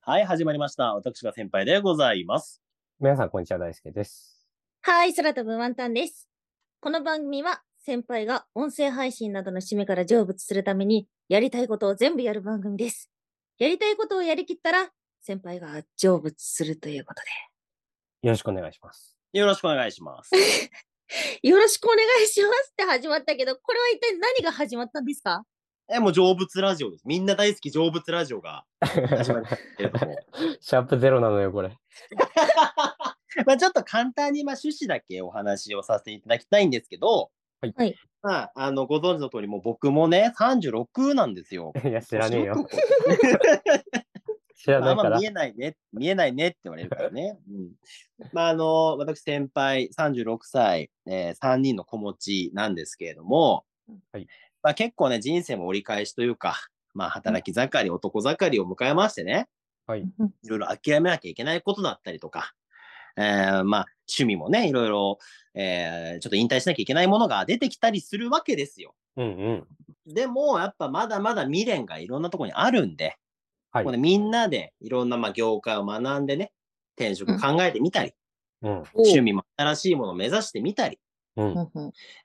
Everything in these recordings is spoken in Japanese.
はい、始まりました。私が先輩でございます。皆さん、こんにちは。大輔です。はい、空飛ぶワンタンです。この番組は、先輩が音声配信などの締めから成仏するために、やりたいことを全部やる番組です。やりたいことをやりきったら、先輩が成仏するということで。よろしくお願いします。よろしくお願いします。 よろしくお願いしますって始まったけど、これは一体何が始まったんですかえ、もう成仏ラジオです。みんな大好き成仏ラジオ が始まったけれども。シャープゼロなのよ、これ。 まあちょっと簡単にまあ趣旨だけお話をさせていただきたいんですけど、はい。まあ、あのご存知の通り、もう僕もね、36なんですよ。いや、知らねえよ。知らないから。まあ、見えないね、見えないねって言われるから ね。うん、まあ、あの、私、先輩、36歳、えー、3人の子持ちなんですけれども、はい、まあ、結構ね、人生も折り返しというか、まあ、働き盛り、男盛りを迎えましてね、はい、いろいろ諦めなきゃいけないことだったりとか、えー、まあ、趣味もね、いろいろ、えー、ちょっと引退しなきゃいけないものが出てきたりするわけですよ。うんうん、でも、やっぱまだまだ未練がいろんなとこにあるんで、はい、これみんなでいろんなまあ業界を学んでね、転職考えてみたり、うん、趣味も新しいものを目指してみたり、うん、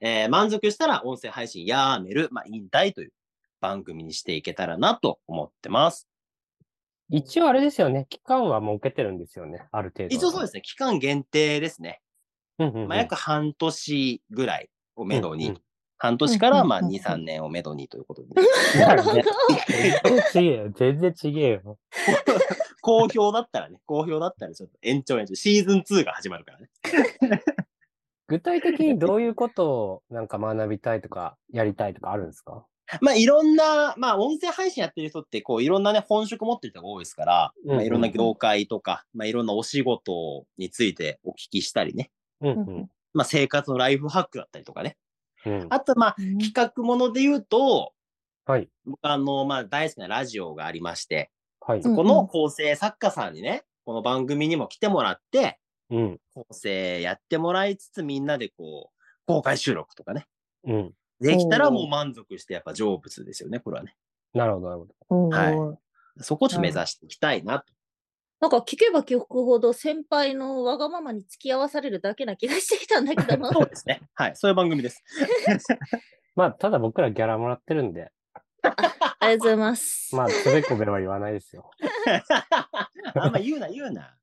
えー、満足したら音声配信やめる、まあ、引退という番組にしていけたらなと思ってます。一応あれですよね、期間は設けてるんですよね、ある程度。一応そうですね、期間限定ですね。うんうんうん、まあ、約半年ぐらいをめどに、うんうん、半年からまあ2、3年をめどにということ で、ね。なるほど。全然違えよ、 全然違えよ。好評だったらね、好評だったらちょっと延長延長、シーズン2が始まるからね。具体的にどういうことをなんか学びたいとか、やりたいとかあるんですかまあ、いろんな、まあ、音声配信やってる人って、こう、いろんなね、本職持ってる人が多いですから、うんうん、まあ、いろんな業界とか、まあ、いろんなお仕事についてお聞きしたりね。うんうん、まあ、生活のライフハックだったりとかね。うん、あと、まあ、企画もので言うと、はい。僕、あの、まあ、大好きなラジオがありまして、はい。そこの構成作家さんにね、この番組にも来てもらって、うん。構成やってもらいつつ、みんなでこう、公開収録とかね。うん。できたらもう満足して、やっぱ成仏ですよね、これはね。なるほど、なるほど。はい。そこを目指していきたいなと。なんか聞けば聞くほど先輩のわがままに付き合わされるだけな気がしてきたんだけども。 そうですね。はい。そういう番組です。まあ、ただ僕らギャラもらってるんで。あありがとうございます。まあ、つべこべは言わないですよ。 あんま言うな、言うな。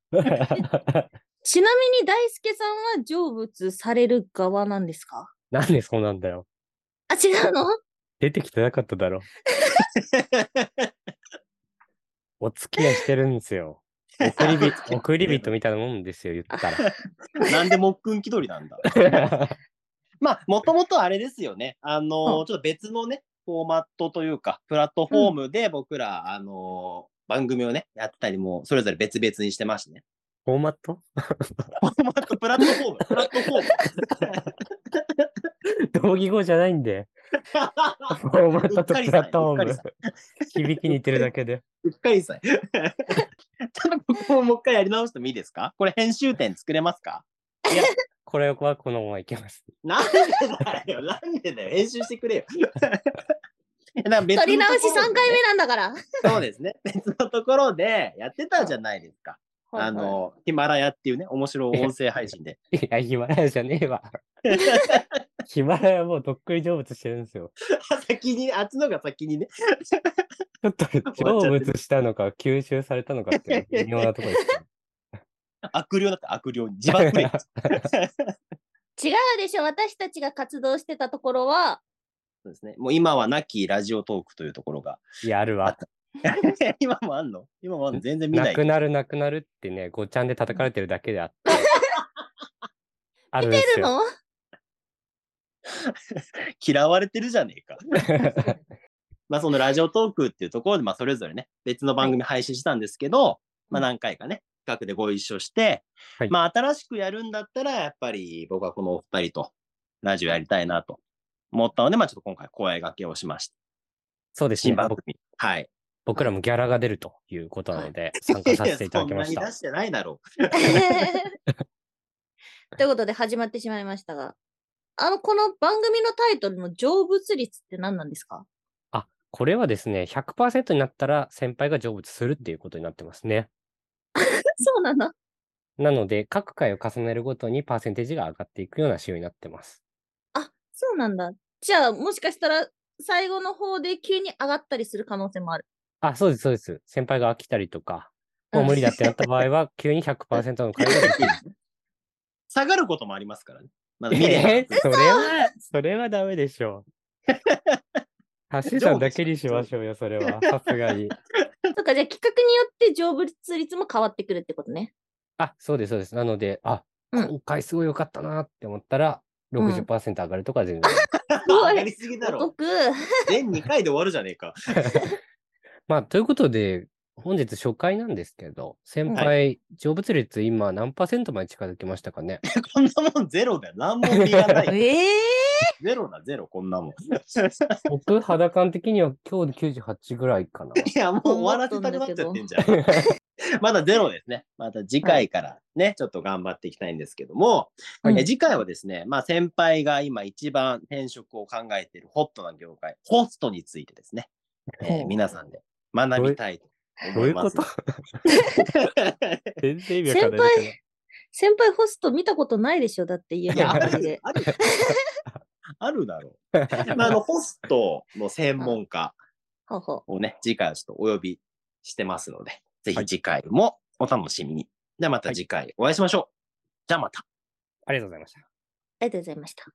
ちなみに大輔さんは成仏される側なんですかなんでそうなんだよ。あ、違うの出てきてなかっただろう。お付き合いしてるんです よ。送り 人、送り人みたいなもんですよ、言ったら。なんでもっくん気取りなんだ。 まあ、もともとあれですよね。あの、うん、ちょっと別のね、フォーマットというか、プラットフォームで僕ら、うん、あの、番組をね、やったりも、それぞれ別々にしてましてね。フォーマットフォーマット、プラットフォーム、プラットフォーム。同義語じゃないんで。フォーマットとプラットフォーム。響き似てるだけで。うっかりさ え。ちょっとここももう一回やり直してもいいですかこれ編集点作れますかいや、これはこのままいけます。 なんでだよ、 なんでだよ、編集してくれよ。撮り直し3回目なんだから。そうですね。別のところでやってたじゃないですか。はいはい、あの、ヒマラヤっていうね、面白い音声配信で。いや、ヒマラヤじゃねえ わ。ヒマラヤもうとっくり成仏してるんですよ。 先に、あっちのが先にね。ちょっ と成仏したのか、吸収されたのかって 微妙なところです、ね。悪霊だった悪霊に自爆 違うでしょ私たちが活動してたところはそうですねもう今はなきラジオトークというところがいやあるわ 今もあんの今もあんの全然見ないなくなるなくなるってねごちゃんで叩かれてるだけ であって見てるの嫌われてるじゃねえか まあそのラジオトークっていうところで、まあそれぞれね、別の番組配信したんですけど、はい、まあ何回かね、企画でご一緒して、はい、まあ新しくやるんだったら、やっぱり僕はこのお二人とラジオやりたいなと思ったので、まあちょっと今回声掛けをしました。そうですね。番組。はい。僕らもギャラが出るということなので、参加させていただきま しそた。んなに出してないだろう。 ということで始まってしまいましたが。あの、この番組のタイトルの成仏率って何なんですかあ、これはですね、100%になったら先輩が成仏するっていうことになってますね。そうなのなので、各回を重ねるごとにパーセンテージが上がっていくような仕様になってます。あ、そうなんだ。じゃあ、もしかしたら最後の方で急に上がったりする可能性もある。あ、そうです、そうです。先輩が飽きたりとか、もう無理だってなった場合 は、急に100%の回が できる。 下がることもありますからね。まだ未練がえーそれは、それはダメでしょう。 ハッシュさんだけにしましょうよ、それ は。さすがに。うん。とか、じゃあ企画によって成仏率も変わってくるってことね。あ、そうです、そうです。なので、あ、うん今回すごい良かったなって思ったら、60%上がるとか全然。 ごい上がりすぎだろ。僕、全2回で終わるじゃねえか。まあ、ということで、本日初回なんですけど、先輩、成仏率今何パーセントまで近づきましたかねこんなもんゼロだよ。何も見がない。ええゼロだ、ゼロ、こん なもん。い僕、肌感的には今日で98ぐら いかな。や、もう終わらせたくなっちゃってんじゃん。 まだゼロですね。また次回からね、ちょっと頑張っていきたいんですけども、うんえ次回はですね、まあ先輩が今一番転職を考えているホットな業界、ホストについてですね、えー皆さんで学びたいとど思ういいうまこす。と 全然意味わかんない先けど。先輩ホスト見たことないでしょだって家 いのや、あ周りでる。あるあるだろ う。まあ、あの、ホストの専門家ほうほをね、次回はちょっとお呼びしてますので、ぜはひい次回もお楽しみに。ではまた次回お会いしましょう。じゃあまた。ありがとうございました。う。ありがとうございました。